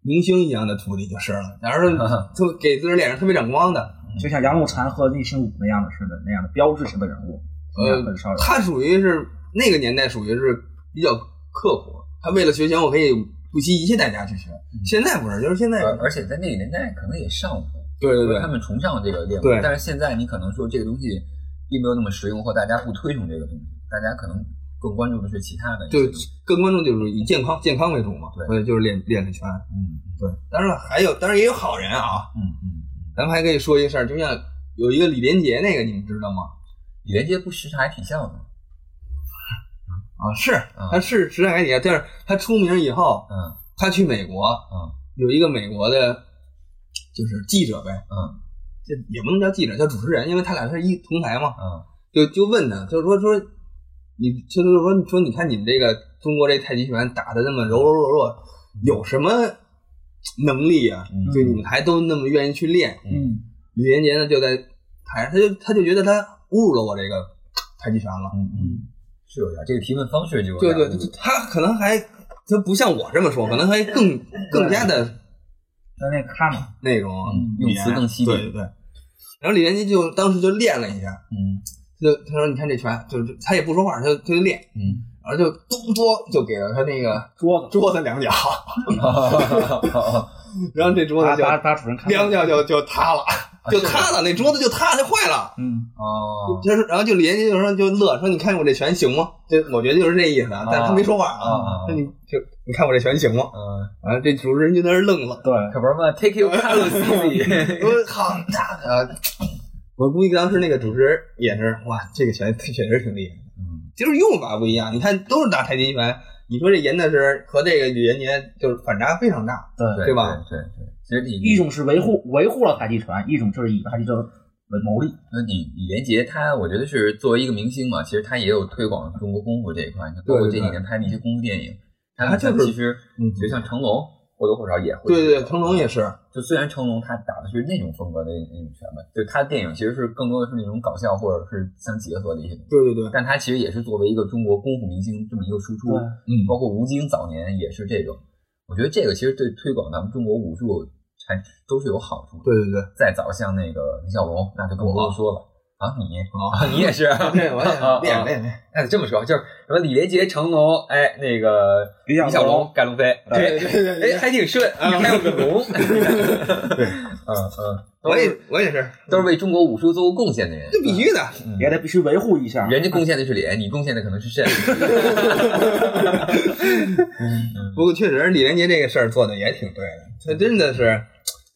[SPEAKER 3] 明星一样的徒弟就是了。假如说就给自个儿脸上特别长光的，
[SPEAKER 2] 就像杨露禅和那姓武那样的似的，那样的标志性的人物，
[SPEAKER 3] 呃
[SPEAKER 2] 很少有。
[SPEAKER 3] 他属于是那个年代属于是比较刻苦，他为了学拳，我可以不惜一切代价去学。现在不是，就是现在，
[SPEAKER 1] 而而且在那个年代可能也尚武，
[SPEAKER 3] 对对对
[SPEAKER 1] 他，们崇尚这个练武
[SPEAKER 3] 对，
[SPEAKER 1] 但是现在你可能说这个东西并没有那么实用，或大家不推崇这个东西，大家可能更关注的是其他的一些
[SPEAKER 3] 就
[SPEAKER 1] 东西。
[SPEAKER 3] 更关注就是以健康健康为主嘛，
[SPEAKER 1] 对
[SPEAKER 3] 所以就是练练的拳。
[SPEAKER 1] 嗯
[SPEAKER 3] 对，当然了，还有当然也有好人啊，
[SPEAKER 1] 嗯嗯嗯，
[SPEAKER 3] 咱们还可以说一事儿，就像有一个李连杰那个，你们知道吗？
[SPEAKER 1] 李连杰不时常还挺像的吗，
[SPEAKER 3] 啊，是，他是时尚改底，但是他出名以后，
[SPEAKER 1] 嗯
[SPEAKER 3] 他去美国，
[SPEAKER 1] 嗯
[SPEAKER 3] 有一个美国的，就是记者呗，
[SPEAKER 1] 嗯
[SPEAKER 3] 这也不能叫记者，叫主持人，因为他俩是一同台嘛，
[SPEAKER 1] 嗯
[SPEAKER 3] 就就问他，就是说说你，就是说说你看你们这个中国这太极拳打的那么柔柔弱弱，有什么能力啊？
[SPEAKER 1] 嗯
[SPEAKER 3] 就你们还都那么愿意去练。
[SPEAKER 2] 嗯
[SPEAKER 3] 李连杰呢就在台上，他就他就觉得他侮辱了我这个太极拳了。
[SPEAKER 1] 嗯嗯，
[SPEAKER 2] 嗯
[SPEAKER 1] 是有点这个提问方式就有
[SPEAKER 3] 对
[SPEAKER 1] 点
[SPEAKER 3] 对，对他可能还他不像我这么说，可能还更更加的
[SPEAKER 2] 在那看嘛，
[SPEAKER 3] 那种
[SPEAKER 1] 嗯
[SPEAKER 3] 语言
[SPEAKER 1] 用词更犀利
[SPEAKER 3] 对对对。然后李连杰就当时就练了一下，
[SPEAKER 1] 嗯
[SPEAKER 3] 就他说：“你看这拳，就是他也不说话，他就他就练，
[SPEAKER 1] 嗯，
[SPEAKER 3] 然后就咚咚就给了他那个
[SPEAKER 2] 桌子
[SPEAKER 3] 桌子两脚，
[SPEAKER 1] 啊
[SPEAKER 3] 然后这桌
[SPEAKER 2] 把
[SPEAKER 3] 子就
[SPEAKER 2] 把把主任看
[SPEAKER 3] 两脚就就塌了，就塌了，那桌子就塌就坏了。
[SPEAKER 2] 嗯
[SPEAKER 1] 哦
[SPEAKER 3] 就是，然后就连接就说就乐说，你看我这拳行吗？这我觉得就是这意思啊，但是他没说话
[SPEAKER 1] 啊啊
[SPEAKER 3] 啊。那你就你看我这拳行吗？
[SPEAKER 1] 嗯，
[SPEAKER 3] 啊，这主持人就在那儿愣了，
[SPEAKER 2] 对，
[SPEAKER 1] 可不是嘛，Take your colors easy，
[SPEAKER 3] 我靠，那啊！我估计当时那个主持人也是，哇，这个拳确实挺厉害，
[SPEAKER 1] 嗯
[SPEAKER 3] 就是用法不一样。你看，都是打太极拳，你说这严大师和这个李连杰就是反差非常大，
[SPEAKER 1] 对
[SPEAKER 3] 对吧？
[SPEAKER 1] 对对，对其实你
[SPEAKER 2] 一种是维护维护了太极拳，一种就是以太极拳为牟利。
[SPEAKER 1] 那李呃李连杰他，我觉得是作为一个明星嘛，其实他也有推广中国功夫这一块。你看，包括这
[SPEAKER 3] 对对
[SPEAKER 1] 几年拍的一些功夫电影，
[SPEAKER 3] 他
[SPEAKER 1] 像
[SPEAKER 3] 就是
[SPEAKER 1] 其实
[SPEAKER 3] 嗯
[SPEAKER 1] 就像成龙或多或少也会。
[SPEAKER 3] 对对对，成龙也是，
[SPEAKER 1] 就虽然成龙他打的是那种风格的那种拳吧，就他电影其实是更多的是那种搞笑或者是相结合的一些东西，
[SPEAKER 3] 对对对，
[SPEAKER 1] 但他其实也是作为一个中国功夫明星这么一个输出，
[SPEAKER 2] 对
[SPEAKER 3] 嗯
[SPEAKER 1] 包括吴京早年也是这种。我觉得这个其实对推广咱们中国武术还都是有好处的。
[SPEAKER 3] 对对对，
[SPEAKER 1] 再早像那个李小龙，那就更不用说了。啊，你啊，你也是，
[SPEAKER 3] 哦 对，我也
[SPEAKER 1] 啊
[SPEAKER 3] 练。
[SPEAKER 1] 啊
[SPEAKER 3] 练练，
[SPEAKER 1] 哎，这么说就是什么李连杰、成龙，哎，那个
[SPEAKER 2] 李小龙
[SPEAKER 1] 小龙、盖龙飞，
[SPEAKER 3] 对对对对
[SPEAKER 1] 哎，还挺顺，还有个 龙。嗯嗯，
[SPEAKER 3] 我也我也是，
[SPEAKER 1] 都是为中国武术做过贡献的人。
[SPEAKER 3] 这必须的，
[SPEAKER 1] 嗯
[SPEAKER 2] 也得必须维护一下。
[SPEAKER 1] 人家贡献的是脸，你贡献的可能是肾。 嗯
[SPEAKER 3] 不过确实，李连杰这个事儿做的也挺对的，他真的是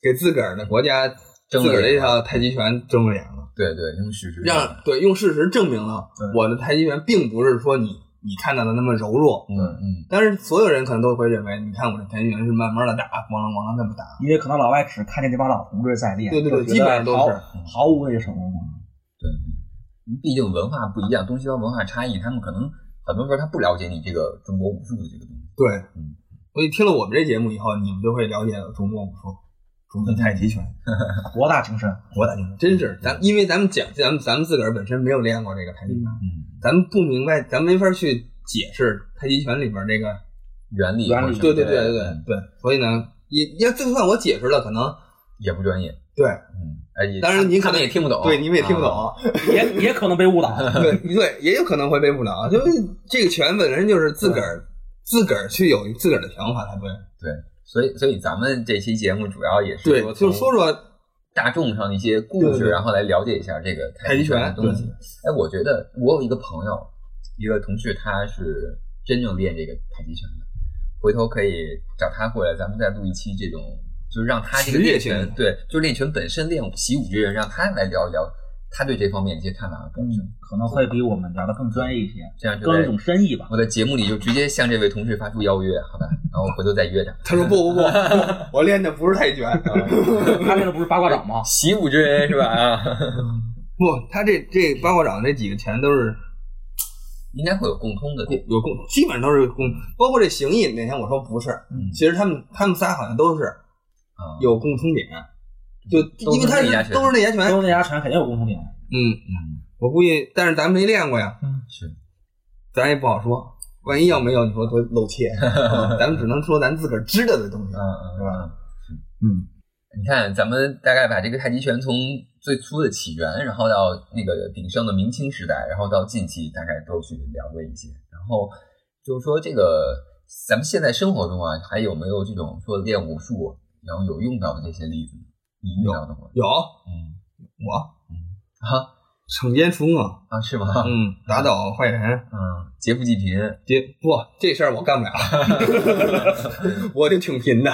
[SPEAKER 3] 给自个儿的国家、自
[SPEAKER 1] 争了
[SPEAKER 3] 个儿的
[SPEAKER 1] 眼
[SPEAKER 3] 这套太极拳争了嗯眼了，
[SPEAKER 1] 对对，用事实
[SPEAKER 3] 让对用事实证明了
[SPEAKER 2] 对
[SPEAKER 3] 我的太极拳并不是说你你看到的那么柔弱。
[SPEAKER 1] 嗯嗯，
[SPEAKER 3] 但是所有人可能都会认为，你看我这太极拳是慢慢的打，咣啷咣啷那么打。
[SPEAKER 2] 因为可能老外只看见这帮老同志在练，
[SPEAKER 3] 对对对
[SPEAKER 2] 就觉得
[SPEAKER 3] 基本上都是
[SPEAKER 2] 毫毫无那什么嘛。
[SPEAKER 1] 对，毕竟文化不一样，东西方文化差异，他们可能很多时候他不了解你这个中国武术的这个东西。
[SPEAKER 3] 对
[SPEAKER 1] 嗯，
[SPEAKER 3] 所以听了我们这节目以后，你们就会了解中国武术，中国太极拳。
[SPEAKER 2] 博大精深，
[SPEAKER 3] 我打听，真是咱，因为咱们讲，咱们咱们自个儿本身没有练过这个太极拳，
[SPEAKER 1] 嗯，
[SPEAKER 3] 咱们不明白，咱没法去解释太极拳里边这个。
[SPEAKER 1] 原理
[SPEAKER 2] 原
[SPEAKER 1] 或
[SPEAKER 2] 理
[SPEAKER 1] 者
[SPEAKER 3] 嗯对对
[SPEAKER 1] 什么
[SPEAKER 3] 对对
[SPEAKER 1] 之类
[SPEAKER 3] 对
[SPEAKER 1] 的
[SPEAKER 3] 对对，所以呢，也也就算我解释了，可能
[SPEAKER 1] 也不专业。
[SPEAKER 3] 对
[SPEAKER 1] 嗯，哎，也
[SPEAKER 3] 当然你可
[SPEAKER 1] 他
[SPEAKER 3] 能
[SPEAKER 1] 们也听不懂，
[SPEAKER 3] 对你们也听不
[SPEAKER 1] 啊
[SPEAKER 3] 懂，
[SPEAKER 2] 也也可能被误导。
[SPEAKER 3] 对对，也有可能会被误导，就是这个拳本身就是自个儿自个儿去有自个儿的想法才对，
[SPEAKER 1] 所以，所以咱们这期节目主要也是
[SPEAKER 3] 对，就
[SPEAKER 1] 从
[SPEAKER 3] 是说 说
[SPEAKER 1] 大众上的一些故
[SPEAKER 3] 对
[SPEAKER 1] 事，
[SPEAKER 3] 对
[SPEAKER 1] 然后来了解一下这个
[SPEAKER 3] 太极
[SPEAKER 1] 拳的
[SPEAKER 3] 拳
[SPEAKER 1] 东西。哎，我觉得我有一个朋友，一个同事，他是真正练这个太极拳的，回头可以找他过来，咱们再录一期这种，就是让他这个
[SPEAKER 3] 职业
[SPEAKER 1] 练
[SPEAKER 3] 性
[SPEAKER 1] 拳
[SPEAKER 3] 的，
[SPEAKER 1] 对，就练拳本身练武习武之人，让他来聊一聊他对这方面一些看法和感受，
[SPEAKER 2] 嗯，可能会比我们聊的更专业一些，
[SPEAKER 1] 这样就
[SPEAKER 2] 更有一
[SPEAKER 1] 在
[SPEAKER 2] 种深意吧。
[SPEAKER 1] 我在节目里就直接向这位同事发出邀约，好吧？然后回头再约他。
[SPEAKER 3] 他说不不不， 我练的不是太极拳，
[SPEAKER 2] 他练的不是八卦掌 吗？
[SPEAKER 1] 习武之人是吧？啊，
[SPEAKER 3] 不，他这这八卦掌这几个拳都是
[SPEAKER 1] 应该会有共通的点。
[SPEAKER 3] 有共，基本上都是共，包括这形意那天我说不是，
[SPEAKER 1] 嗯
[SPEAKER 3] 其实他们他们仨好像都是
[SPEAKER 1] 啊，
[SPEAKER 3] 有共通点，就
[SPEAKER 1] 都是
[SPEAKER 3] 因为他
[SPEAKER 1] 内家拳
[SPEAKER 3] 是都是内家拳，
[SPEAKER 2] 都是那家拳肯定有共同点。
[SPEAKER 3] 嗯。
[SPEAKER 1] 嗯，
[SPEAKER 3] 我估计，但是咱没练过呀，
[SPEAKER 1] 是
[SPEAKER 3] 咱也不好说。万一要没有，你说多露 怯，嗯咱们只能说咱自个儿知道的东西
[SPEAKER 1] 嗯。嗯
[SPEAKER 3] 是
[SPEAKER 1] 嗯
[SPEAKER 3] 吧。嗯，
[SPEAKER 1] 你看，咱们大概把这个太极拳从最初的起源，然后到那个鼎盛的明清时代，然后到近期，大概都去聊了一些。然后就是说，这个咱们现在生活中啊，还有没有这种说练武术然后有用到的这些例子？你遇到的吗？
[SPEAKER 3] 有
[SPEAKER 1] 嗯
[SPEAKER 3] 我
[SPEAKER 1] 嗯啊
[SPEAKER 3] 惩奸除恶，
[SPEAKER 1] 啊是吗？
[SPEAKER 3] 嗯，打倒坏人，
[SPEAKER 1] 嗯，劫富济贫，
[SPEAKER 3] 这不这事儿我 干不了，我就挺贫的。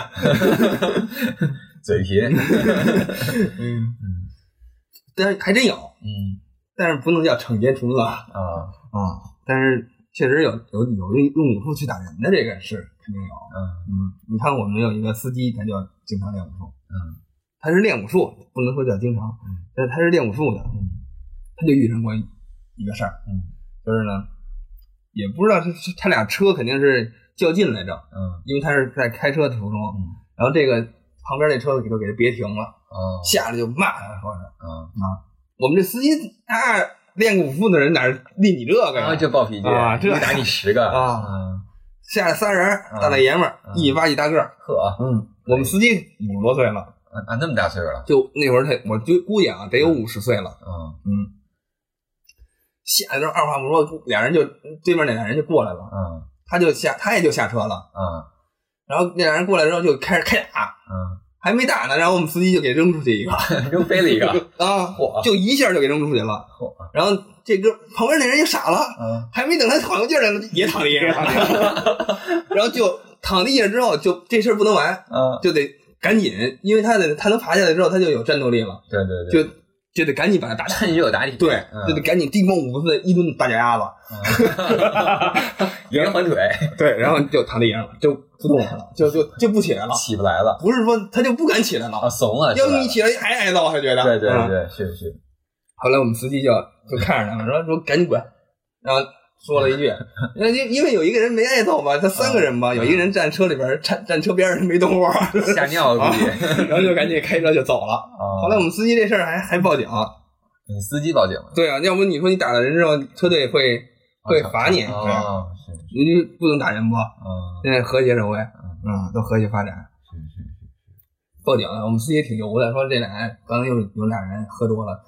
[SPEAKER 1] 嘴贫，
[SPEAKER 3] 嗯，
[SPEAKER 1] 嗯
[SPEAKER 3] 但是还真有，
[SPEAKER 1] 嗯
[SPEAKER 3] 但是不能叫惩奸除恶啊。
[SPEAKER 1] 啊
[SPEAKER 3] 但是确实有有有用用武术去打人的这个是肯定有。
[SPEAKER 1] 啊
[SPEAKER 3] 嗯，你看我们有一个司机，他就经常练武术。
[SPEAKER 1] 嗯，
[SPEAKER 3] 他是练武术，不能说叫经常
[SPEAKER 1] 嗯，
[SPEAKER 3] 但是他是练武术的，
[SPEAKER 1] 嗯
[SPEAKER 3] 他就遇上过一个事儿，
[SPEAKER 1] 嗯
[SPEAKER 3] 就是呢，也不知道是是他俩车肯定是较劲来着，
[SPEAKER 1] 嗯
[SPEAKER 3] 因为他是在开车的途中，
[SPEAKER 1] 嗯
[SPEAKER 3] 然后这个旁边那车子给就给他别停了，
[SPEAKER 1] 哦
[SPEAKER 3] 下来就骂他，说是
[SPEAKER 1] 嗯，
[SPEAKER 3] 我们这司机啊，练过武术的人哪儿立你这个
[SPEAKER 1] 然
[SPEAKER 3] 呀？
[SPEAKER 1] 后就暴脾气
[SPEAKER 3] 啊这
[SPEAKER 1] 一打你十个
[SPEAKER 3] 啊
[SPEAKER 1] 嗯
[SPEAKER 3] 下来仨人儿，大老爷们儿
[SPEAKER 1] 嗯，
[SPEAKER 3] 一米八几大个儿，
[SPEAKER 1] 呵啊
[SPEAKER 3] 嗯，我们司机五十多岁了，
[SPEAKER 1] 啊那么大岁数了，
[SPEAKER 3] 就那会儿他，我就估计啊，得有五十岁了。
[SPEAKER 1] 嗯
[SPEAKER 3] 下来之后二话不说，俩人就对面那俩人就过来了，
[SPEAKER 1] 嗯
[SPEAKER 3] 他就下，他也就下车了，
[SPEAKER 1] 嗯
[SPEAKER 3] 然后那俩人过来之后就开始开打，
[SPEAKER 1] 嗯
[SPEAKER 3] 还没打呢，然后我们司机就给扔出去一个
[SPEAKER 1] 又飞了一个，
[SPEAKER 3] 啊
[SPEAKER 1] 嚯，
[SPEAKER 3] 就一下就给扔出去了，然后这哥旁边那人也傻了，
[SPEAKER 1] 嗯
[SPEAKER 3] 还没等他缓过劲儿来呢，也躺地上了，然后就躺地下之后，就这事儿不能完，
[SPEAKER 1] 嗯，
[SPEAKER 3] 就得赶紧，因为他得他能爬下来之后，他就有战斗力了，
[SPEAKER 1] 对对对，
[SPEAKER 3] 就就得赶紧把他打下。
[SPEAKER 1] 趁热打 你，
[SPEAKER 3] 对
[SPEAKER 1] 嗯，
[SPEAKER 3] 就得赶紧叮咣五四一顿大脚丫子，
[SPEAKER 1] 连环腿
[SPEAKER 3] 对，然后就躺地上了，就不动弹了，就就就不起来了。
[SPEAKER 1] 起不来了
[SPEAKER 3] 不是说他就不敢起来
[SPEAKER 1] 啊，
[SPEAKER 3] 了，
[SPEAKER 1] 怂了，
[SPEAKER 3] 要
[SPEAKER 1] 是
[SPEAKER 3] 不
[SPEAKER 1] 吧
[SPEAKER 3] 一起来还挨揍，还觉得。
[SPEAKER 1] 对对
[SPEAKER 3] 嗯
[SPEAKER 1] 对，是是，
[SPEAKER 3] 后来我们司机就就看着他们说说赶紧滚，然后说了一 句，那因因为有一个人没挨揍嘛，他三个人嘛，有一个人站车里边站站车边上没动窝，
[SPEAKER 1] 吓尿了估计。
[SPEAKER 3] 然后就赶紧开车就走啊了。
[SPEAKER 1] 后
[SPEAKER 3] 后来我们司机这事儿还还报警，
[SPEAKER 1] 你司机报警了，
[SPEAKER 3] 对啊，要不你说你打了人之后，车队会会罚你，对啊，
[SPEAKER 1] 哦，是是
[SPEAKER 3] 你就不能打人不？
[SPEAKER 1] 哦
[SPEAKER 3] 现在和谐社会，嗯，都和谐发展。
[SPEAKER 1] 是是是，
[SPEAKER 3] 报警了，我们司机挺油的，说这俩人刚才有有俩人喝多了，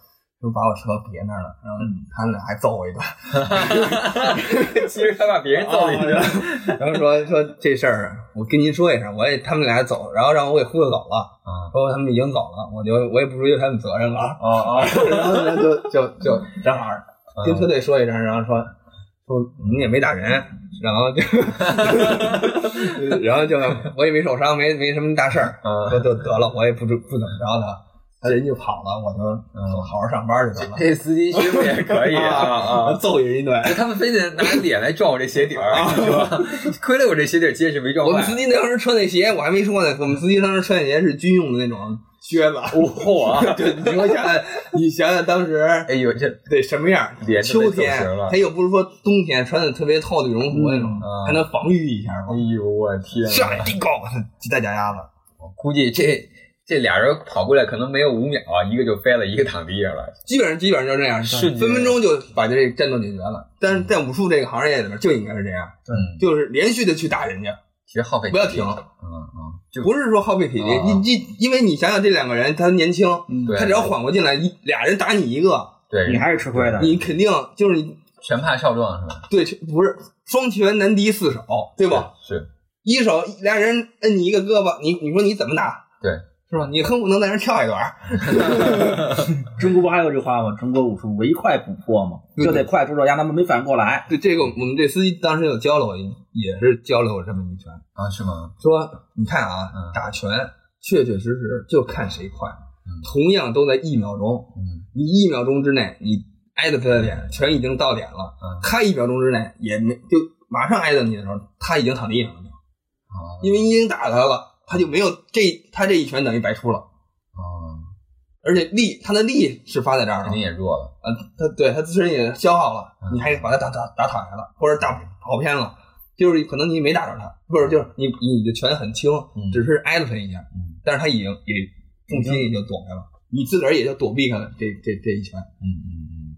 [SPEAKER 3] 就把我车别那儿了，然后
[SPEAKER 1] 嗯
[SPEAKER 3] 他们俩还揍我一 顿，
[SPEAKER 1] 其实他把别人揍了一顿，
[SPEAKER 3] 啊然后说说这事儿我跟您说一声，我也他们俩走，然后让我给忽悠走了，
[SPEAKER 1] 啊，
[SPEAKER 3] 说他们已经走了，我就我也不追究他们责任了，啊
[SPEAKER 1] 哦哦，
[SPEAKER 3] 然后然后就 就就正好跟车队说一声，然后说说我们也没打人，然后就 然后就我也没受伤，没没什么大事儿，
[SPEAKER 1] 嗯
[SPEAKER 3] 说就得了，我也不知不怎么着他，他人就跑了，我就好好上班去得了。
[SPEAKER 1] 这司机师傅也可以 啊啊。
[SPEAKER 3] 揍人一顿。
[SPEAKER 1] 他们非得拿脸来撞我这鞋底儿，是吧？亏了我这鞋底儿结实没撞
[SPEAKER 3] 啊我
[SPEAKER 1] 坏
[SPEAKER 3] 们。司机当时穿那鞋，我还没说呢。我们司机当时穿那鞋是军用的那种靴 子。
[SPEAKER 1] 嚯！
[SPEAKER 3] 对，你给我想想，你想想当时
[SPEAKER 1] 哎呦，这
[SPEAKER 3] 得什么样？
[SPEAKER 1] 脸都被
[SPEAKER 3] 秋
[SPEAKER 1] 揍
[SPEAKER 3] 天
[SPEAKER 1] 形了，
[SPEAKER 3] 他又不是说冬天穿的特别透的羽绒服那种
[SPEAKER 1] 嗯啊，
[SPEAKER 3] 还能防御一下
[SPEAKER 1] 哎
[SPEAKER 3] 嘛。
[SPEAKER 1] 呦我天！
[SPEAKER 3] 上来叮 咣，几大脚丫子。
[SPEAKER 1] 我估计这这俩人跑过来可能没有五秒，啊一个就飞了，一个躺地上了。
[SPEAKER 3] 基本上基本上就这样，
[SPEAKER 1] 瞬间
[SPEAKER 3] 分分钟就把这战斗解决了。但是在武术这个行业里边就应该是这样，
[SPEAKER 1] 嗯，
[SPEAKER 3] 就是连续的去打人家，
[SPEAKER 1] 其实耗费
[SPEAKER 3] 不要停
[SPEAKER 1] 嗯嗯，就
[SPEAKER 3] 不是说耗费体力。
[SPEAKER 1] 啊
[SPEAKER 3] 你你因为你想想这两个人，他年轻，
[SPEAKER 2] 嗯
[SPEAKER 1] 对
[SPEAKER 3] 他只要缓过劲来，一俩人打你一个，
[SPEAKER 1] 对，
[SPEAKER 2] 你还是吃亏的。
[SPEAKER 3] 你肯定就是你
[SPEAKER 1] 全怕少壮是吧？
[SPEAKER 3] 对，不是双拳难敌四手，对吧？
[SPEAKER 1] 是？是，
[SPEAKER 3] 一手俩人摁你一个胳膊，你你说你怎么打？
[SPEAKER 1] 对，
[SPEAKER 3] 是吧？你恨不能在那儿跳一段儿。
[SPEAKER 2] 中国不还有句话吗？中国武术唯快不破嘛，就得快，出手让他们没反应过来。
[SPEAKER 3] 对，这个我们这司机当时有教了我一，也是教了我这么一拳，
[SPEAKER 1] 啊，是吗？
[SPEAKER 3] 说你看啊
[SPEAKER 1] 嗯，
[SPEAKER 3] 打拳确确实实就看谁快
[SPEAKER 1] 嗯，
[SPEAKER 3] 同样都在一秒钟，
[SPEAKER 1] 嗯
[SPEAKER 3] 你一秒钟之内你挨着他的脸，拳已经到点了，
[SPEAKER 1] 嗯
[SPEAKER 3] 他一秒钟之内也没就马上挨着你的时候，他已经躺地上了。
[SPEAKER 1] 啊，
[SPEAKER 3] 因为你已经打他了，他就没有这他这一拳等于白出了，
[SPEAKER 1] 啊，
[SPEAKER 3] 而且力他的力是发在这儿
[SPEAKER 1] 肯
[SPEAKER 3] 了
[SPEAKER 1] 定，也弱了。
[SPEAKER 3] 啊，他对他自身也消耗了
[SPEAKER 1] 嗯，
[SPEAKER 3] 你还把他打打打躺下了，或者打跑偏了，就是可能你没打着他，或者就是你你的拳很轻，
[SPEAKER 1] 嗯
[SPEAKER 3] 只是挨了他一下，
[SPEAKER 1] 嗯
[SPEAKER 3] 但是他已经也重心也就躲开了，你自个儿也就躲避开了这这这一拳。
[SPEAKER 1] 嗯嗯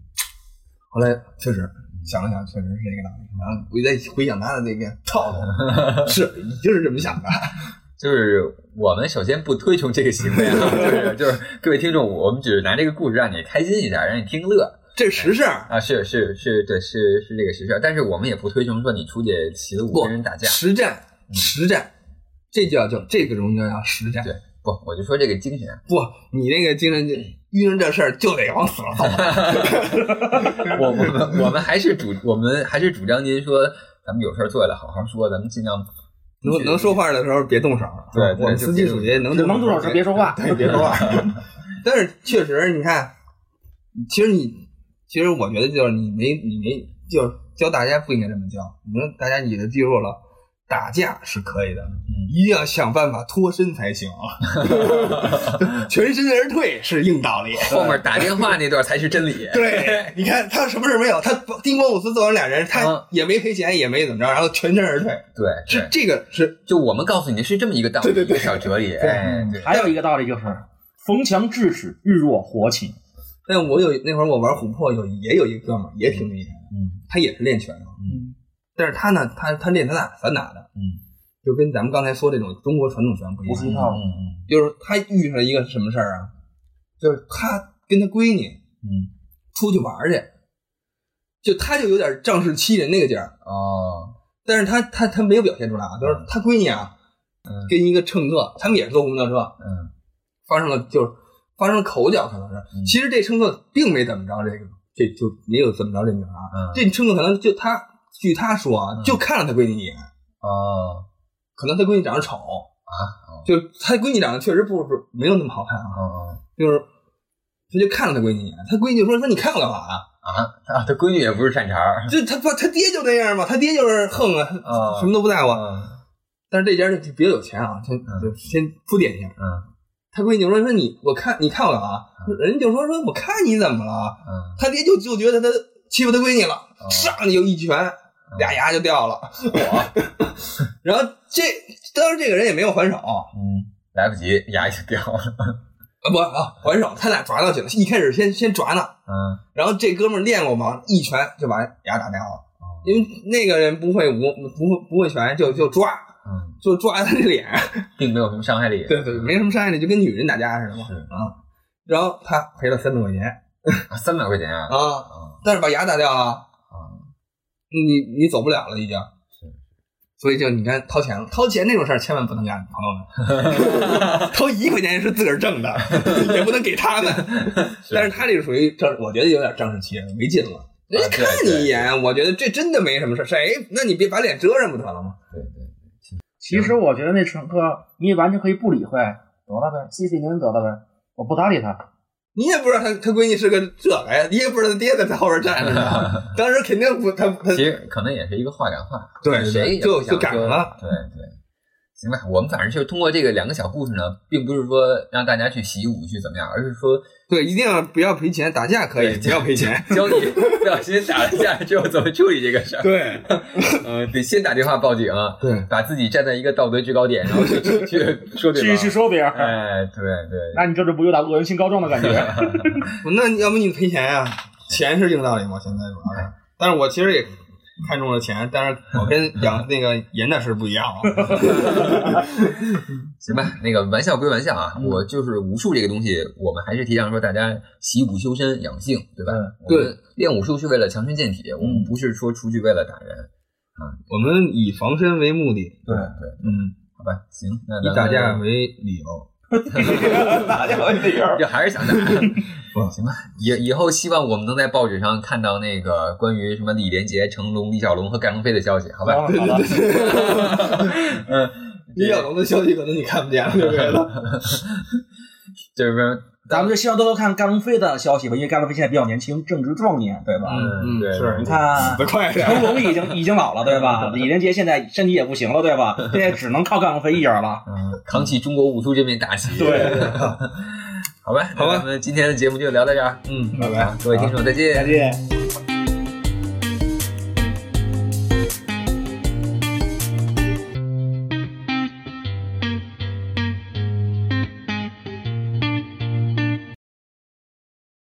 [SPEAKER 3] 后来确实想了想，确实是这个道理。然后我再回想他的那个套路，
[SPEAKER 1] 嗯，
[SPEAKER 3] 是就是这么想的。
[SPEAKER 1] 就是我们首先不推崇这个行为啊， 就是就是各位听众，我们只是拿这个故事让你开心一下，让你听乐
[SPEAKER 3] 这是实事儿，
[SPEAKER 1] 啊。是是是，对，是是这个实事儿，但是我们也不推崇说你出去骑了五
[SPEAKER 3] 不
[SPEAKER 1] 跟人打架。
[SPEAKER 3] 实战，实战，这叫叫这个东西叫实战。
[SPEAKER 1] 嗯对不，我就说这个精神，啊
[SPEAKER 3] 不，你那个精神就遇上这事儿就得往死了揍。
[SPEAKER 1] 我我们我们还是主，我们还是主张您说，咱们有事儿做了好好说，咱们尽量
[SPEAKER 3] 能能说话的时候别动手。
[SPEAKER 1] 对对
[SPEAKER 3] 我们司机属于能
[SPEAKER 2] 只能动手时别说话。
[SPEAKER 3] 对，别说话。 但是确实，你看，其实你，其实我觉得就是你没你没就是教大家不应该这么教。你说大家你的记住了，打架是可以的，
[SPEAKER 1] 嗯
[SPEAKER 3] 一定要想办法脱身 才行啊！全身而退是硬道 理。
[SPEAKER 1] 后面打电话那段才是真理。
[SPEAKER 3] 对，你看他什么事没有，他叮咣五四揍完俩人，
[SPEAKER 1] 嗯
[SPEAKER 3] 他也没赔钱，也没怎么着，然后全身而退，
[SPEAKER 1] 对
[SPEAKER 3] 这
[SPEAKER 1] 对，
[SPEAKER 3] 这个是
[SPEAKER 1] 就我们告诉你的是这么一个道理，
[SPEAKER 3] 对对对嗯
[SPEAKER 1] 一个小哲理。哎，对，
[SPEAKER 2] 还有一个道理就是，逢强制止，日落火起。
[SPEAKER 3] 但我有那会儿我玩琥珀有也有一个哥们儿也挺厉害的，
[SPEAKER 1] 嗯
[SPEAKER 3] 他也是练拳啊，
[SPEAKER 2] 嗯，
[SPEAKER 3] 但是他呢，他他练散打散打的，
[SPEAKER 1] 嗯
[SPEAKER 3] 就跟咱们刚才说这种中国传统拳不一
[SPEAKER 2] 不是
[SPEAKER 3] 样
[SPEAKER 2] 一，
[SPEAKER 1] 嗯
[SPEAKER 2] 套。
[SPEAKER 1] 嗯
[SPEAKER 3] 就是他遇上一个什么事儿啊，就是他跟他闺女
[SPEAKER 1] 嗯，
[SPEAKER 3] 出去玩儿去，就他就有点仗势欺人那个劲儿，
[SPEAKER 1] 哦，
[SPEAKER 3] 但是他他他没有表现出来啊，就是他闺女啊，
[SPEAKER 1] 嗯
[SPEAKER 3] 跟一个乘客，他们也是坐公交车，
[SPEAKER 1] 嗯
[SPEAKER 3] 发生了就是发生了口角，可能是
[SPEAKER 1] 嗯。
[SPEAKER 3] 其实这乘客并没怎么着，这个这就没有怎么着这女孩儿。
[SPEAKER 1] 嗯，
[SPEAKER 3] 这乘客可能就他据他说啊
[SPEAKER 1] 嗯，
[SPEAKER 3] 就看了他闺女一眼，
[SPEAKER 1] 哦
[SPEAKER 3] 可能他闺女长得丑啊，就他闺女长得确实不是没有那么好看啊，
[SPEAKER 1] 哦
[SPEAKER 3] 就是他就看了他闺女一眼，他闺女就说说你看我干嘛啊？
[SPEAKER 1] 啊啊，他闺女也不是善茬儿。
[SPEAKER 3] 这他爸他爹就那样嘛，他爹就是横啊，
[SPEAKER 1] 啊
[SPEAKER 3] 什么都不在乎。
[SPEAKER 1] 嗯
[SPEAKER 3] 但是这家就比较有钱啊，先
[SPEAKER 1] 嗯
[SPEAKER 3] 就先铺垫一下。
[SPEAKER 1] 嗯啊
[SPEAKER 3] 他闺女就说说你我看你看我干嘛？人家就说说我看你怎么了？
[SPEAKER 1] 嗯，
[SPEAKER 3] 他爹就就觉得他欺负他闺女了，
[SPEAKER 1] 哦
[SPEAKER 3] 上去就一拳，俩牙就掉了。 然后这当时这个人也没有还手，啊
[SPEAKER 1] 嗯，来不及，牙就掉了。
[SPEAKER 3] 不啊还手，他俩抓闹起来，一开始先先抓闹，
[SPEAKER 1] 嗯，
[SPEAKER 3] 然后这哥们儿练过嘛，一拳就把牙打掉了。
[SPEAKER 1] 啊
[SPEAKER 3] 因为那个人不会武，不会不会拳，就就抓，
[SPEAKER 1] 嗯，
[SPEAKER 3] 就抓他的脸，
[SPEAKER 1] 并没有什么伤害力。
[SPEAKER 3] 对对，没什么伤害力，就跟女人打架似的嘛。
[SPEAKER 1] 是
[SPEAKER 3] 啊，然后他赔了三百块钱
[SPEAKER 1] 三百块钱啊。
[SPEAKER 3] 啊，
[SPEAKER 1] 啊
[SPEAKER 3] 但是把牙打掉了，
[SPEAKER 1] 啊，
[SPEAKER 3] 你你走不了了，已经。
[SPEAKER 1] 是
[SPEAKER 3] 所以就你看掏钱了，掏钱这种事儿千万不能干，朋友 们。掏一块钱是自个儿挣的， 也不能给他们。 但是他这个属于仗，我觉得有点仗势欺人，没劲了。人家
[SPEAKER 1] 啊对
[SPEAKER 3] 看你一眼，我觉得这真的没什么事儿。谁？那你别把脸遮上不得了吗？
[SPEAKER 1] 对对，
[SPEAKER 2] 其实我觉得那乘客，你也完全可以不理会，得了呗，细水宁得了呗，我不搭理他。
[SPEAKER 3] 你也不知道他他闺女是个这个呀，你也不知道他爹在后边站着 呢。当时肯定不，他他
[SPEAKER 1] 其实可能也是一个话赶话，
[SPEAKER 3] 对
[SPEAKER 1] 谁也
[SPEAKER 3] 就
[SPEAKER 1] 不想
[SPEAKER 3] 就赶
[SPEAKER 1] 说
[SPEAKER 3] 了。
[SPEAKER 1] 对对，行吧，我们反正就是通过这个两个小故事呢，并不是说让大家去习武去怎么样，而是说
[SPEAKER 3] 对，一定要不要赔钱，打架可以，
[SPEAKER 1] 对
[SPEAKER 3] 不要 赔钱。
[SPEAKER 1] 教你不小心打了架之后怎么处理这个事儿。
[SPEAKER 3] 对
[SPEAKER 1] 呃，得先打电话报警，
[SPEAKER 3] 对，
[SPEAKER 1] 把自己站在一个道德制高点，然后去去 去说对
[SPEAKER 2] 去去
[SPEAKER 1] 方。
[SPEAKER 2] 说别人，
[SPEAKER 1] 哎，对对，
[SPEAKER 2] 那你这这不有点恶人性高中的感觉？
[SPEAKER 3] 那要不你赔钱呀、钱是硬道理嘛，现在主要是。但是我其实也看中了钱，但是 我跟杨那个严大师不一样啊。
[SPEAKER 1] 行吧，那个玩笑归玩笑
[SPEAKER 3] 嗯
[SPEAKER 1] 啊，我就是武术这个东西，我们还是提倡说大家习武修身养性，对吧？
[SPEAKER 2] 嗯
[SPEAKER 1] 我们练武术是为了强身健体，我
[SPEAKER 3] 嗯
[SPEAKER 1] 们不是说出去为了打人。
[SPEAKER 3] 我们以防身为目的，
[SPEAKER 2] 对
[SPEAKER 1] 对，
[SPEAKER 3] 嗯，
[SPEAKER 1] 好吧，行，那咱们
[SPEAKER 3] 以打架为理由。
[SPEAKER 2] 打架问题儿
[SPEAKER 1] 就还是想 打。行吧，以以后希望我们能在报纸上看到那个关于什么李连杰、成龙、李小龙和盖龙飞的消息，好吧？
[SPEAKER 2] 好吧
[SPEAKER 1] 嗯，
[SPEAKER 3] 李小龙的消息可能你看不见了，对不对？
[SPEAKER 1] 就是说
[SPEAKER 2] 咱们就希望多多看甘龙飞的消息吧，因为甘龙飞现在比较年轻，正值壮年，对吧？
[SPEAKER 1] 嗯
[SPEAKER 3] 嗯
[SPEAKER 1] 对嗯
[SPEAKER 3] 是
[SPEAKER 2] 你看，
[SPEAKER 3] 死得快点
[SPEAKER 2] 成龙已经已经老了，对吧？李连杰现在身体也不行了，对吧？现在只能靠甘龙飞一人了。
[SPEAKER 1] 嗯，扛起中国武术这面大旗。
[SPEAKER 2] 对，
[SPEAKER 1] 好吧，
[SPEAKER 3] 好吧
[SPEAKER 1] 那咱们今天的节目就聊到这儿。
[SPEAKER 3] 嗯，拜
[SPEAKER 1] 好
[SPEAKER 3] 拜。
[SPEAKER 1] 各位听众再见
[SPEAKER 2] 再。见。